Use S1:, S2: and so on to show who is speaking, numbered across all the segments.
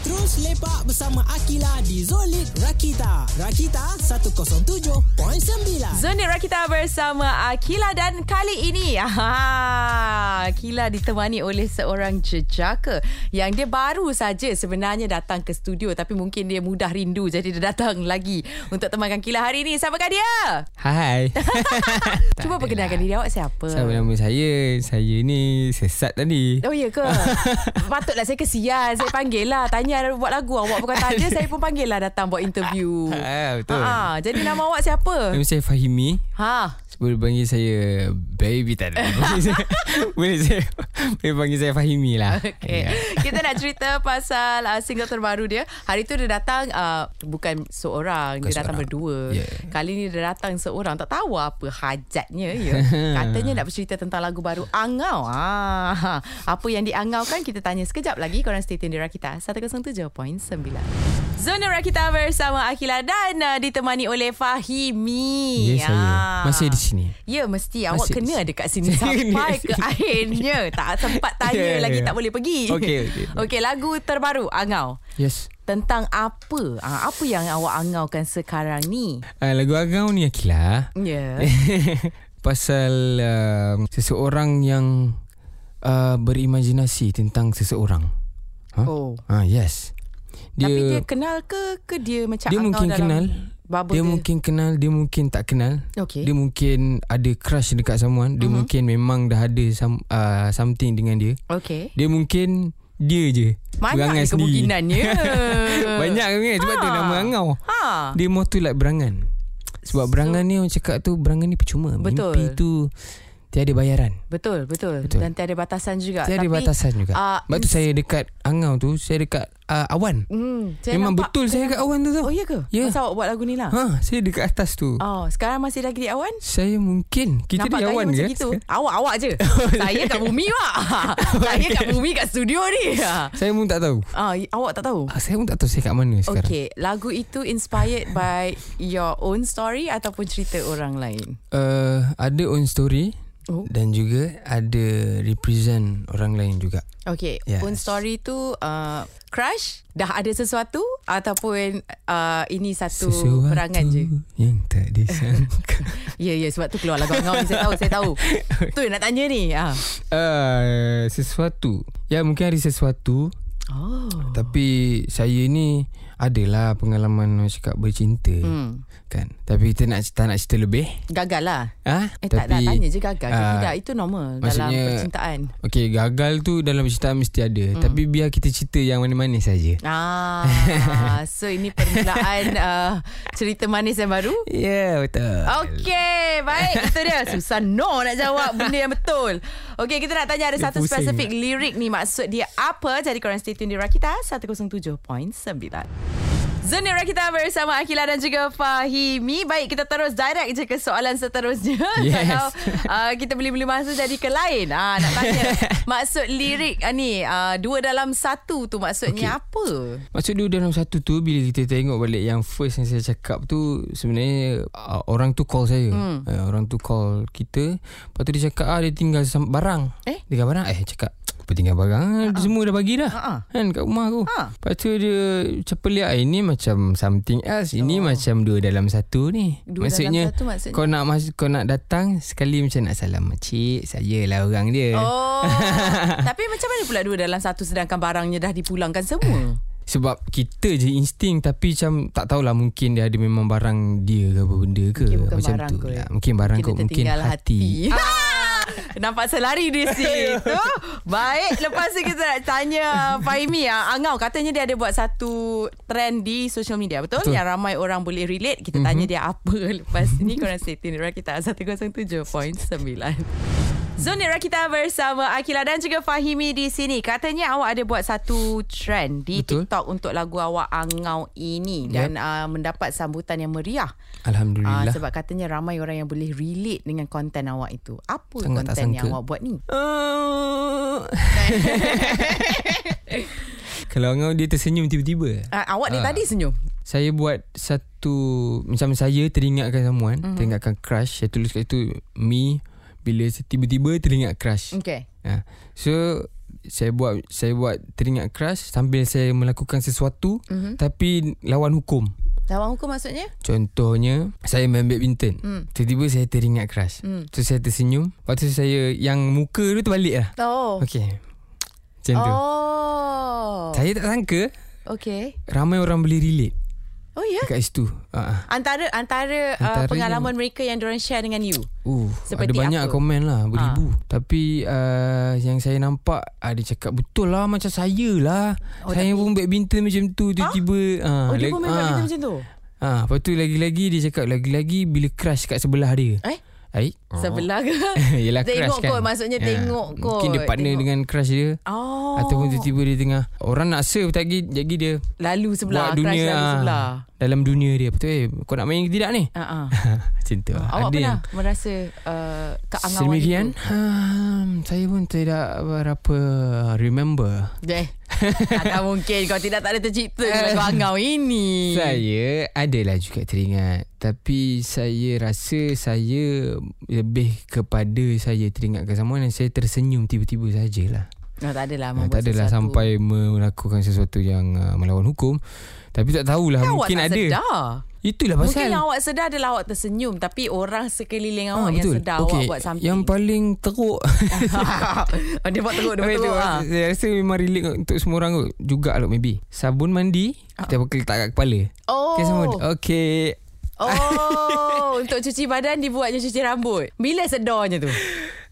S1: Terus lepak bersama Akila di Zolit Rakita. Rakita 107.9.
S2: Zonit Rakita bersama Akila dan kali ini aha, Akila ditemani oleh seorang jejaka yang dia baru saja sebenarnya datang ke studio tapi mungkin dia mudah rindu jadi dia datang lagi untuk temankan Akila hari ini. Siapakah dia?
S3: Hai Tak
S2: Cuba
S3: adalah.
S2: perkenalkan diri awak siapa?
S3: Sama nama saya Saya ni sesat tadi
S2: Oh ya ke? Patutlah saya kesian. Saya panggil lah. Tanya ada buat lagu. Awak bukan tak ada. Saya pun panggil lah datang buat interview.
S3: Ah, Betul
S2: Oh. Ha, jadi nama awak siapa?
S3: Nama saya Fahimi
S2: Ha,
S3: Boleh panggil saya Baby tak ada Boleh saya Boleh, saya, boleh panggil saya Fahimi lah
S2: Okay.
S3: Ya.
S2: Kita nak cerita pasal uh, single terbaru dia. Hari tu dia datang uh, bukan seorang, bukan dia datang
S3: seorang.
S2: berdua.
S3: Ya.
S2: Kali ni dia datang seorang, tak tahu apa hajatnya ya. Katanya nak bercerita tentang lagu baru Angau. Ah. Apa yang diangaukan kita tanya sekejap lagi. Korang stay tune di Rakita 107.9. Zona Rakita bersama Akila dan uh, ditemani oleh Fahimi.
S3: Ya saya
S2: Ah.
S3: Masih di sini
S2: Ya mesti Awak
S3: Masih-
S2: kena dekat sini
S3: Saya kena
S2: Sampai
S3: dekat
S2: ke
S3: sini.
S2: akhirnya Tak sempat tanya
S3: Ya,
S2: lagi
S3: ya.
S2: Tak boleh pergi
S3: Okey, okey.
S2: Okey lagu terbaru Angau
S3: Yes
S2: Tentang apa ha, Apa yang awak angaukan sekarang ni
S3: uh, Lagu Agau ni Akila
S2: Ya
S3: Eh, Pasal uh, Seseorang yang uh, Berimajinasi Tentang seseorang huh?
S2: Oh
S3: Ah yes
S2: dia, Tapi dia kenal ke Ke dia macam
S3: dia
S2: angau
S3: mungkin
S2: dalam
S3: kenal
S2: bubble dia?
S3: dia, mungkin kenal dia mungkin tak kenal
S2: Okey. Mhm.
S3: dia mungkin ada crush dekat someone dia uh-huh. mungkin memang dah ada some, uh, something dengan dia
S2: Okey
S3: dia mungkin dia je berangan
S2: Banyak
S3: sendiri.
S2: kemungkinannya
S3: banyak kan sebab tu
S2: Ha.
S3: nama angau
S2: ha.
S3: dia more tu like berangan sebab so, berangan ni orang cakap tu berangan ni percuma
S2: Betul.
S3: mimpi tu tiada bayaran
S2: Betul, betul
S3: Betul.
S2: Dan tiada batasan juga
S3: tiada
S2: Tapi,
S3: batasan juga
S2: ah,
S3: sebab tu saya dekat angau tu saya dekat uh, awan
S2: Hmm, saya
S3: memang
S2: nampak-
S3: betul saya dekat awan tu
S2: Oh
S3: tau
S2: ya ke
S3: Ya.
S2: Masa awak buat lagu ni lah
S3: ha saya dekat atas tu
S2: Oh, sekarang masih lagi di awan?
S3: Saya mungkin Kita
S2: Nampak
S3: di
S2: gaya
S3: awan
S2: macam
S3: ke?
S2: gitu. Awak-awak je. Saya kat bumi wak. Saya kat bumi kat studio ni.
S3: Saya pun tak tahu
S2: Ah, y- awak tak tahu?
S3: Ah, Saya pun tak tahu saya kat mana sekarang
S2: Okay, lagu itu inspired by your own story ataupun cerita orang lain?
S3: uh, Ada own story
S2: Oh.
S3: Dan juga ada represent orang lain juga
S2: Okay,
S3: Yes.
S2: own story tu uh, crush, dah ada sesuatu ataupun uh, ini satu
S3: Sesuatu
S2: perangan je?
S3: yang tak disangka
S2: Ya, yeah, ya yeah, sebab tu keluar lagu Angau ni saya tahu, saya tahu. Tu yang nak tanya ni. Ah.
S3: uh, Sesuatu Ya mungkin ada sesuatu
S2: Oh.
S3: Tapi saya ni adalah pengalaman orang cakap bercinta
S2: Hmm.
S3: kan tapi kita nak tak nak cerita lebih
S2: Gagal lah.
S3: ah
S2: Eh tak, tak tanya je gagal ke
S3: ah,
S2: tidak. Itu normal dalam
S3: maksudnya-
S2: percintaan.
S3: Okey, gagal tu dalam percintaan mesti ada. Hmm. Tapi biar kita cerita yang manis-manis saja.
S2: Hmm. Ah, so ini permulaan uh, cerita manis yang baru.
S3: Ya, yeah, betul.
S2: Oh, Okey, baik. Itu dia. Susah no nak jawab benda yang betul. Okey, kita nak tanya ada
S3: Dia
S2: satu
S3: pusing.
S2: spesifik lirik ni maksud dia apa. Jadi korang stay tune di Rakita 107.9. Zona Rakita bersama Akila dan juga Fahimi. Baik, kita terus direct je ke soalan seterusnya.
S3: Yes.
S2: Kalau uh, kita beli-beli masa jadi ke lain. Ah, nak tanya maksud lirik uh, ni uh, dua dalam satu tu maksudnya okay. apa?
S3: Maksud dia dalam satu tu bila kita tengok balik yang first yang saya cakap tu sebenarnya uh, orang tu call saya. Hmm. Uh, orang tu call kita. Lepas tu dia cakap ah dia tinggal sam- barang.
S2: Eh? Ah,
S3: Dia tinggal barang. Eh cakap apa tinggal barang uh-uh. semua dah bagi dah
S2: Ha-ha.
S3: uh-uh. kan kat rumah aku
S2: Ha.
S3: lepas tu dia macam pelik ah, ini macam something else ini macam dua dalam satu ni
S2: Oh. Dua dalam satu maksudnya?
S3: kau nak mas- kau nak datang sekali macam nak salam makcik saya lah orang dia
S2: Oh. Tapi macam mana pula dua dalam satu sedangkan barangnya dah dipulangkan semua?
S3: Sebab kita je insting Tapi macam Tak tahulah mungkin Dia ada memang barang dia ke apa benda ke
S2: Mungkin bukan
S3: Macam
S2: barang
S3: tu
S2: kot.
S3: lah Mungkin barang
S2: Kita
S3: kot Mungkin
S2: tertinggal
S3: hati,
S2: hati. Ah, Nampak selari di situ. Baik, lepas tu kita nak tanya Fahimi. ah, Angau katanya dia ada buat satu trend di social media, betul? betul.
S3: Betul. Mhm.
S2: Yang ramai orang boleh relate. Kita tanya dia apa lepas ni. Korang stay tune. Rakita 107.9. Zoni Rakita bersama Akila dan juga Fahimi di sini. Katanya awak ada buat satu trend di Betul.
S3: Betul.
S2: TikTok untuk lagu awak Angau ini dan uh, mendapat sambutan yang meriah. Ah,
S3: Alhamdulillah
S2: sebab katanya ramai orang yang boleh relate dengan konten awak itu. Apa
S3: Sangat tak
S2: konten yang
S3: sangka.
S2: awak buat ni? Ah,
S3: uh, Kalau engkau dia tersenyum tiba-tiba
S2: Ah, awak dari
S3: Ah.
S2: tadi senyum.
S3: Saya buat satu Macam saya teringatkan someone
S2: Mhm.
S3: mm-hmm. Teringatkan crush Saya tulis kat situ Me Bila tiba-tiba teringat crush
S2: Okay.
S3: Ha. Ya. So saya buat saya buat teringat keras sambil saya melakukan sesuatu mm-hmm. tapi lawan hukum.
S2: Lawan hukum maksudnya?
S3: Contohnya saya main badminton. Mm. Tiba-tiba saya teringat keras. Mm. Tu saya tersenyum. Lepas tu saya yang muka tu terbalik lah.
S2: Oh.
S3: Okey. Macam tu.
S2: Oh.
S3: Saya tak sangka
S2: Okey.
S3: ramai orang boleh relate
S2: Oh ya. Yeah.
S3: dekat situ. Ha.
S2: Antara antara, antara uh,
S3: Antara
S2: pengalaman mereka yang diorang share dengan you.
S3: Uh,
S2: Seperti
S3: ada banyak
S2: apa? Ah.
S3: komen lah Beribu Tapi uh, Yang saya nampak Ada cakap Betul lah Macam saya lah
S2: Oh,
S3: oh, Saya pun badminton macam tu Tiba-tiba ah,
S2: Oh, dia
S3: lag-
S2: pun main
S3: ah.
S2: badminton macam tu.
S3: Ah, lepas tu lagi-lagi dia cakap lagi-lagi bila crush kat sebelah dia.
S2: Eh?
S3: Ai.
S2: Sebelah ke?
S3: Yelah
S2: Tengok
S3: crush kan.
S2: kot, maksudnya tengok
S3: Mungkin dia
S2: kot,
S3: partner
S2: tengok.
S3: dengan crush dia.
S2: Oh.
S3: Ataupun tiba-tiba dia tengah Orang nak serve tak lagi Jadi dia
S2: lalu sebelah,
S3: Buat
S2: crush
S3: dunia
S2: lalu
S3: ah,
S2: sebelah.
S3: Dalam dunia dia Betul eh Kau nak main ke tidak ni
S2: Ha ah.
S3: Macam tu lah.
S2: Awak
S3: Ada
S2: pernah
S3: yang
S2: merasa uh, keangauan
S3: Sedemikian
S2: itu?
S3: hmm, Saya pun tidak berapa Remember
S2: Eh, takkan mungkin kau tidak tak ada tercipta kalau kau angau ini.
S3: Saya adalah juga teringat Tapi saya rasa saya Lebih kepada saya teringat kesamaan Dan saya tersenyum tiba-tiba sajalah
S2: No, tak adalah.
S3: Ah,
S2: membuat
S3: tak
S2: Oh,
S3: adalah
S2: sesuatu.
S3: sampai melakukan sesuatu yang uh, melawan hukum. Tapi tak tahulah
S2: Awak
S3: mungkin
S2: tak
S3: ada.
S2: Sedar.
S3: Itulah
S2: Mungkin
S3: pasal. Ah,
S2: yang awak sedar adalah awak tersenyum. Tapi orang sekeliling awak yang sedar awak
S3: Okey,
S2: buat something. Oh,
S3: Yang paling teruk
S2: dia buat teruk, dia buat
S3: Lepas tu,
S2: teruk. ah.
S3: Saya rasa memang relate kot untuk semua orang kot Juga lah maybe Sabun mandi Kita pakai letak kat kepala
S2: Ah. Oh.
S3: Okay sama Okay
S2: Oh, untuk cuci badan dibuatnya cuci rambut. Bila sedarnya tu?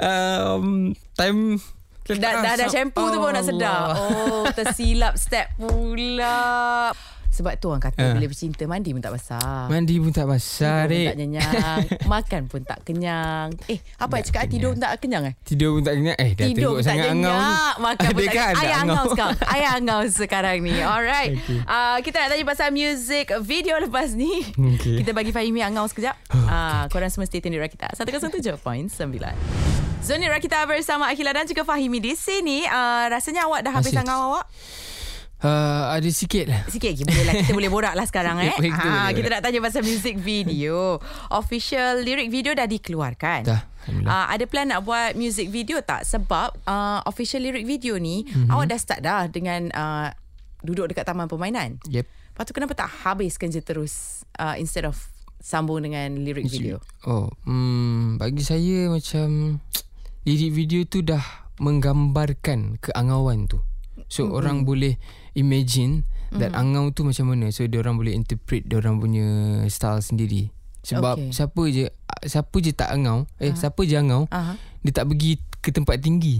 S3: um, Time lah.
S2: Dah dah,
S3: Ah,
S2: dah shampoo tu baru nak sedar. Oh, tersilap step pula. Sebab tu orang kata
S3: Ah.
S2: bila bercinta mandi pun tak basah.
S3: Mandi pun tak
S2: Oh. Tidur
S3: basah
S2: pun tak
S3: Rik
S2: nyenyang Makan pun tak kenyang Eh apa yang cakap ah, Tidur pun tak kenyang eh
S3: Tidur pun tak kenyang Eh dah
S2: Tidur
S3: teruk
S2: pun tak
S3: sangat angau ni.
S2: kenyang Makan pun
S3: Ada
S2: tak
S3: kan
S2: kenyang
S3: tak
S2: Ayah angau
S3: angau?
S2: sekarang Ayah angau sekarang ni Alright okay. uh, Kita nak tanya pasal music video lepas ni
S3: Okey.
S2: Kita bagi Fahimi angau sekejap Ah, Korang semua stay tune di Rakita 107.9 Zoni Rakita bersama Akhila dan juga Fahimi di sini uh, Rasanya awak dah habis
S3: Masih.
S2: angau awak
S3: Ah, Ada sikit lah
S2: Sikit lagi boleh lah Kita boleh borak lah sekarang eh
S3: Boleh, kita boleh
S2: ha,
S3: borak.
S2: Kita nak tanya pasal music video Official lyric video dah dikeluarkan
S3: Dah, Alhamdulillah.
S2: Uh, ada plan nak buat music video tak? Sebab uh, official lyric video ni
S3: Mhm.
S2: mm-hmm. Awak dah start dah dengan uh, Duduk dekat taman permainan
S3: Yep
S2: Lepas tu kenapa tak habiskan je terus uh, Instead of sambung dengan lyric video
S3: Oh, hmm, bagi saya macam lirik video tu dah menggambarkan keangauan tu. So mm-hmm. orang boleh imagine that mm-hmm. angau tu macam mana. So dia orang boleh interpret dia orang punya style sendiri. Sebab
S2: Okay. Ah.
S3: okay. siapa je siapa je tak angau, eh uh-huh. siapa je angau,
S2: Aha.
S3: uh-huh. dia tak pergi ke tempat tinggi.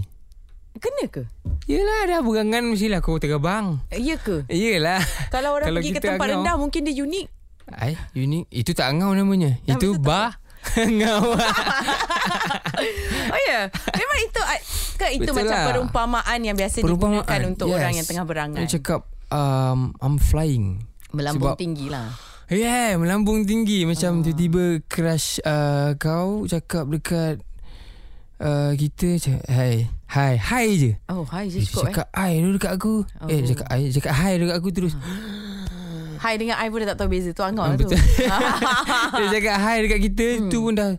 S2: Kena ke?
S3: Yelah dah berangan mestilah kau terbang.
S2: Ya ke?
S3: Yelah.
S2: Kalau orang pergi ke
S3: kita
S2: tempat
S3: angau-
S2: rendah Mungkin dia unik
S3: Ai, unik. Itu tak angau namanya. Itu bah angau.
S2: Oh ya yeah. Memang itu ah, Kan itu
S3: Betul
S2: macam
S3: lah.
S2: perumpamaan Yang biasa
S3: Perumpamaan,
S2: digunakan Untuk
S3: yes.
S2: orang yang tengah berangan
S3: Dia cakap um, I'm flying
S2: Melambung
S3: Sebab-
S2: tinggi lah
S3: Yeah Melambung tinggi Macam tiba-tiba Crush uh, kau Cakap dekat uh, Kita cakap Hai Hai Hai je
S2: Oh hai je
S3: Dia
S2: cukup eh
S3: cakap hai dulu dekat aku oh. Eh dia cakap hai Dia cakap hai dekat aku terus
S2: eh. Hai dengan I pun dah tak tahu beza Tu
S3: Ah,
S2: angau lah tu
S3: Dia cakap hai dekat kita Tu pun dah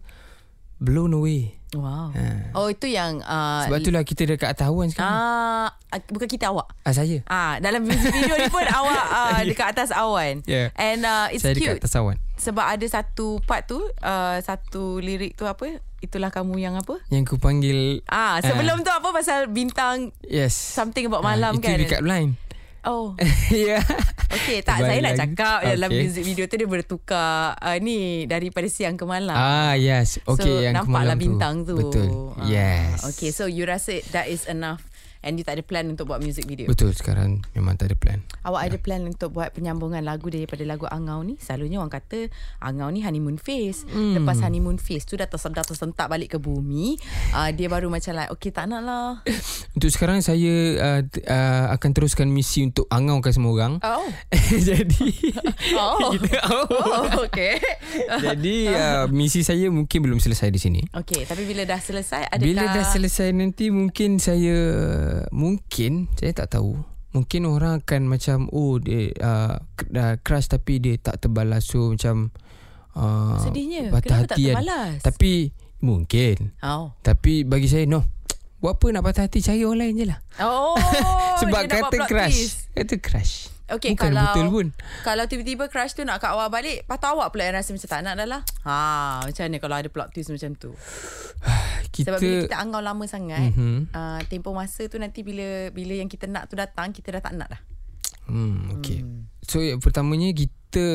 S3: Blown away
S2: Wow Oh itu yang uh,
S3: Ha. Sebab itulah kita dekat atas awan sekarang
S2: ah, Bukan kita awak
S3: Ah, saya
S2: Ah, dalam music video ni pun awak ah, dekat atas awan.
S3: Yeah.
S2: And uh, it's
S3: Saya
S2: cute
S3: dekat atas awan
S2: sebab ada satu part tu, uh, satu lirik tu apa? Itulah kamu yang apa?
S3: Yang ku panggil
S2: Ah, sebelum tu apa pasal bintang
S3: Yes
S2: something about
S3: Ah,
S2: malam kan?
S3: Itu dekat blind
S2: Oh.
S3: Ya yeah.
S2: Okey, tak
S3: Balik
S2: saya nak
S3: lagi.
S2: cakap okay. dalam
S3: Okey.
S2: music video tu dia bertukar uh, ni daripada siang ke malam.
S3: Ah yes. Okay
S2: so
S3: yang
S2: nampaklah
S3: kemalam
S2: bintang tu.
S3: tu. Betul.
S2: Ah,
S3: yes.
S2: Okay, so you rasa that is enough and you tak ada plan untuk buat music video.
S3: Betul sekarang memang tak ada plan.
S2: Awak ada plan untuk buat penyambungan lagu daripada lagu Angau ni? Selalunya orang kata Angau ni honeymoon phase. Hmm. Lepas honeymoon phase tu dah tersedar tersentak balik ke bumi. Uh, dia baru macam like, okay tak nak lah.
S3: Untuk sekarang saya uh, t- uh, akan teruskan misi untuk angaukan semua orang.
S2: Oh.
S3: Jadi
S2: Oh.
S3: kita, oh.
S2: Oh, okay.
S3: Jadi uh, misi saya mungkin belum selesai di sini.
S2: okay, tapi bila dah selesai, adakah...
S3: Bila dah selesai nanti mungkin saya mungkin saya tak tahu. Mungkin orang akan macam oh dia uh, k- dah crush tapi dia tak terbalas so macam uh,
S2: Sedihnya. Kenapa
S3: patah
S2: tak
S3: hati kan.
S2: terbalas?
S3: Tapi mungkin
S2: Oh.
S3: Tapi bagi saya no Buat apa nak patah hati Cari orang lain je lah
S2: Oh
S3: Sebab
S2: dia nak buat
S3: kata
S2: plot
S3: crush
S2: twist.
S3: Kata crush
S2: Okay,
S3: Bukan
S2: kalau
S3: betul pun
S2: Kalau tiba-tiba crush tu nak kat awak balik Patut awak pula yang rasa macam tak nak dah lah ha, Macam mana kalau ada plot twist macam tu
S3: Kita
S2: Sebab bila kita angau lama sangat mm-hmm. uh, Tempoh masa tu nanti bila bila yang kita nak tu datang Kita dah tak nak dah
S3: hmm, okay. So yang pertamanya kita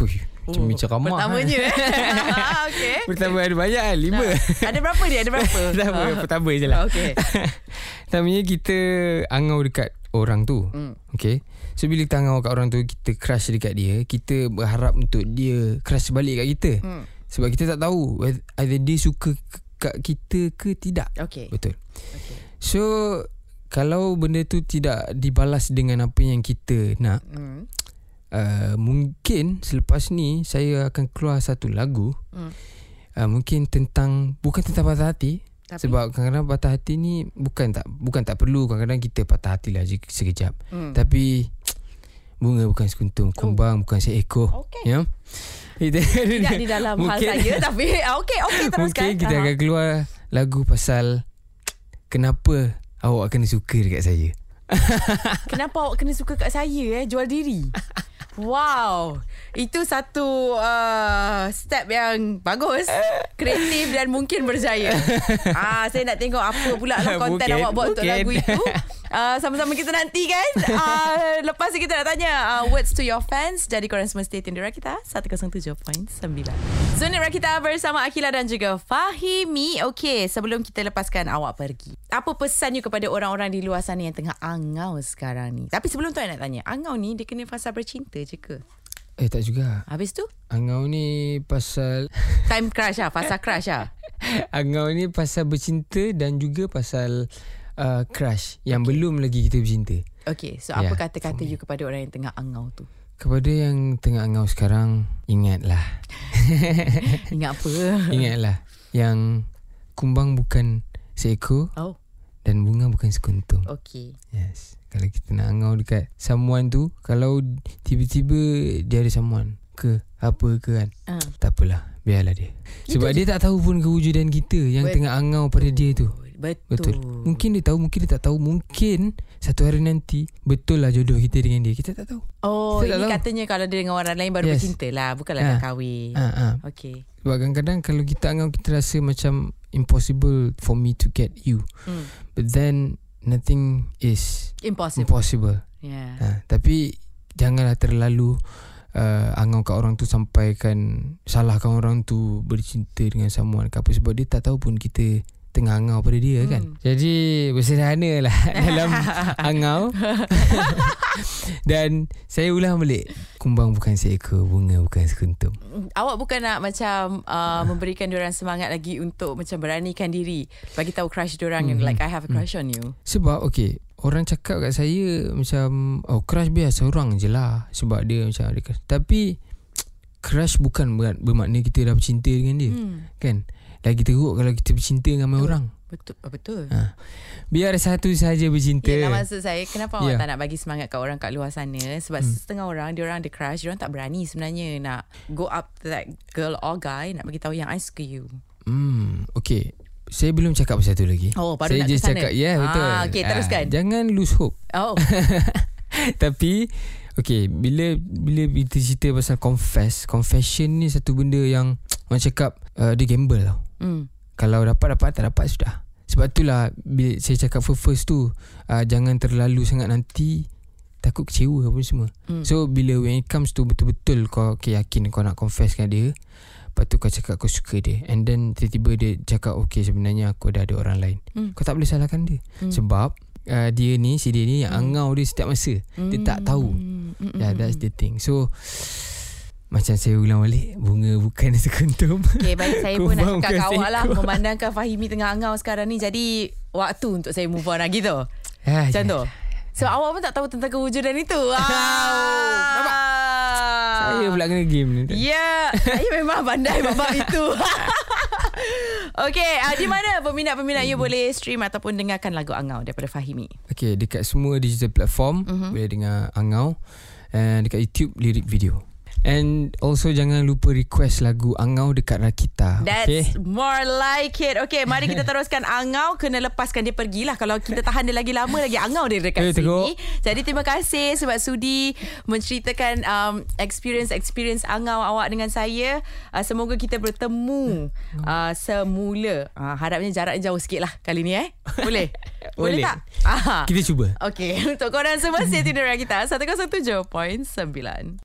S3: Hui, Macam bicara ramah
S2: Oh, Pertamanya eh Okay
S3: Pertama ada banyak kan Lima
S2: Ada berapa dia? Ada berapa?
S3: Pertama,
S2: Ah.
S3: pertama je lah
S2: Okay
S3: Pertamanya kita Angau dekat orang tu
S2: Hmm.
S3: Okay So bila kita angau kat orang tu Kita crush dekat dia Kita berharap untuk dia Crush balik kat kita
S2: Hmm.
S3: Sebab kita tak tahu whether- Either dia suka k- kat kita ke tidak
S2: Okay
S3: Betul. So kalau benda tu tidak dibalas dengan apa yang kita nak,
S2: Hmm.
S3: uh, mungkin selepas ni saya akan keluar satu lagu.
S2: Hmm.
S3: Uh, mungkin tentang bukan tentang patah hati
S2: Tapi-
S3: Tapi, sebab kadang-kadang patah hati ni bukan tak bukan tak perlu kadang-kadang kita patah hati lah je sekejap.
S2: Hmm.
S3: Tapi bunga bukan sekuntum, kumbang bukan seekor.
S2: Okay.
S3: Ya. Itu-
S2: Tidak di dalam hal
S3: Mungkin-
S2: saya Tapi ah, Okay okay teruskan
S3: Mungkin kita
S2: Ah.
S3: akan keluar lagu pasal kenapa awak kena suka dekat saya.
S2: Kenapa awak kena suka kat saya eh Jual diri Wow Itu satu uh, Step yang bagus Kreatif dan mungkin berjaya ah, Saya nak tengok apa pula lah Konten
S3: Mungkin,
S2: awak buat untuk
S3: mungkin.
S2: lagu itu uh, Sama-sama kita nanti kan uh, Lepas ni kita nak tanya uh, Words to your fans Jadi korang semua stay tune di Rakita 107.9 Zunit Rakita bersama Akila dan juga Fahimi Okay sebelum kita lepaskan awak pergi Apa pesan you kepada orang-orang di luar sana Yang tengah angau sekarang ni Tapi sebelum tu saya nak tanya Angau ni dia kena fasa bercinta je ke?
S3: Eh tak juga.
S2: Habis tu
S3: Angau ni pasal
S2: Time crush lah Fasa crush lah
S3: Angau ni pasal bercinta dan juga pasal uh, crush yang belum lagi kita bercinta.
S2: Okay so apa
S3: Yeah,
S2: kata-kata you kepada orang yang tengah angau tu
S3: Kepada yang tengah angau sekarang, ingatlah.
S2: Ingat apa
S3: Ingatlah yang kumbang bukan seekor
S2: Oh
S3: dan bunga bukan sekuntum.
S2: okay
S3: Yes. Kalau kita nak angau dekat someone tu, kalau tiba-tiba dia ada someone ke apa ke kan.
S2: Ah.
S3: Tak apalah, biarlah dia. Sebab dia tak tahu pun kewujudan kita yang
S2: Betul.
S3: tengah angau pada dia tu.
S2: Betul.
S3: Betul. Mungkin dia tahu, mungkin dia tak tahu. Mungkin satu hari nanti betul lah jodoh kita dengan dia. Kita tak tahu.
S2: Oh,
S3: Kita tak
S2: ini
S3: tahu.
S2: katanya kalau dia dengan orang lain baru yes.
S3: Yes.
S2: bercinta lah. Bukanlah
S3: Ha.
S2: nak kahwin.
S3: Ha, ha.
S2: Okay.
S3: Sebab kadang-kadang kalau kita angau kita rasa macam impossible for me to get you.
S2: Hmm.
S3: But then nothing is
S2: Impossible.
S3: impossible.
S2: yeah.
S3: Ha, tapi janganlah terlalu uh, angau kat orang tu sampaikan salahkan orang tu bercinta dengan someone ke apa sebab dia tak tahu pun kita tengah angau pada dia kan.
S2: Hmm.
S3: Jadi bersederhana lah dalam angau. Dan saya ulang balik Kumbang bukan seekor Bunga bukan sekuntum
S2: Awak bukan nak macam uh, memberikan diorang semangat lagi untuk macam beranikan diri. Bagi tahu crush diorang mm. like I have a crush on you.
S3: Sebab okay Orang cakap kat saya Macam Oh crush biasa orang je lah Sebab dia macam ada crush Tapi Crush bukan ber- bermakna Kita dah bercinta dengan dia
S2: Hmm.
S3: Kan Lagi teruk kalau kita bercinta dengan ramai orang
S2: Betul. Oh, betul.
S3: Ha. Biar satu saja bercinta
S2: Yelah maksud saya Kenapa yeah. awak
S3: Ya.
S2: tak nak bagi semangat Kat orang kat luar sana Sebab hmm. setengah orang Diorang ada crush Diorang tak berani sebenarnya Nak go up to that girl or guy Nak bagi tahu yang I suka you
S3: Hmm Okay Saya belum cakap pasal tu lagi
S2: Oh, baru
S3: Saya
S2: nak ke
S3: just
S2: sana.
S3: cakap Ya yeah,
S2: Ah,
S3: betul
S2: okey, teruskan.
S3: Ah, Jangan lose hope
S2: Oh
S3: Tapi Okay Bila Bila kita cerita pasal confess Confession ni satu benda yang Orang cakap uh, Dia gamble tau
S2: mm.
S3: Kalau dapat dapat Tak dapat sudah Sebab itulah bila Saya cakap first, first tu uh, Jangan terlalu sangat nanti Takut kecewa apa semua
S2: Mm.
S3: hmm. So bila when it comes to Betul-betul kau okay, yakin Kau nak confess dengan dia Lepas tu kau cakap kau suka dia And then tiba-tiba dia cakap Okay sebenarnya aku dah ada orang lain
S2: Mm.
S3: hmm. Kau tak boleh salahkan
S2: Mm.
S3: dia hmm. Sebab uh, dia ni si dia ni Yang
S2: Mm.
S3: angau dia setiap masa Dia tak tahu
S2: Mm, mm,
S3: Yeah,
S2: mm,
S3: that's
S2: mm.
S3: the thing. So macam saya ulang balik bunga bukan sekuntum.
S2: Okay baik saya pun nak
S3: Kumbang
S2: cakap kat
S3: bukan
S2: awak lah
S3: seekor.
S2: Memandangkan Fahimi tengah angau sekarang ni Jadi waktu untuk saya move on lagi tu
S3: Ah,
S2: Macam
S3: ya.
S2: tu So awak pun tak tahu tentang kewujudan itu ah.
S3: Nampak? Saya pula kena game ni.
S2: Ya, yeah, saya memang pandai babak itu. okay, uh, di mana peminat-peminat you boleh stream ataupun dengarkan lagu Angau daripada Fahimi?
S3: Okay, dekat semua digital platform boleh dengar Angau and dekat YouTube lirik video. And also jangan lupa request lagu Angau dekat Rakita. okay?
S2: That's okay. more like it. Okay, mari kita teruskan Angau kena lepaskan dia pergilah. Kalau kita tahan dia lagi lama lagi Angau dia dekat
S3: Eh,
S2: sini.
S3: teruk.
S2: Jadi terima kasih sebab sudi menceritakan um, experience-experience Angau awak dengan saya. Uh, semoga kita bertemu uh, semula. Uh, harapnya jarak jauh sikit lah kali ni eh. Boleh? Boleh,
S3: Boleh.
S2: tak? Aha.
S3: Kita cuba.
S2: Okay, untuk korang semua stay tuned dengan kita 107.9.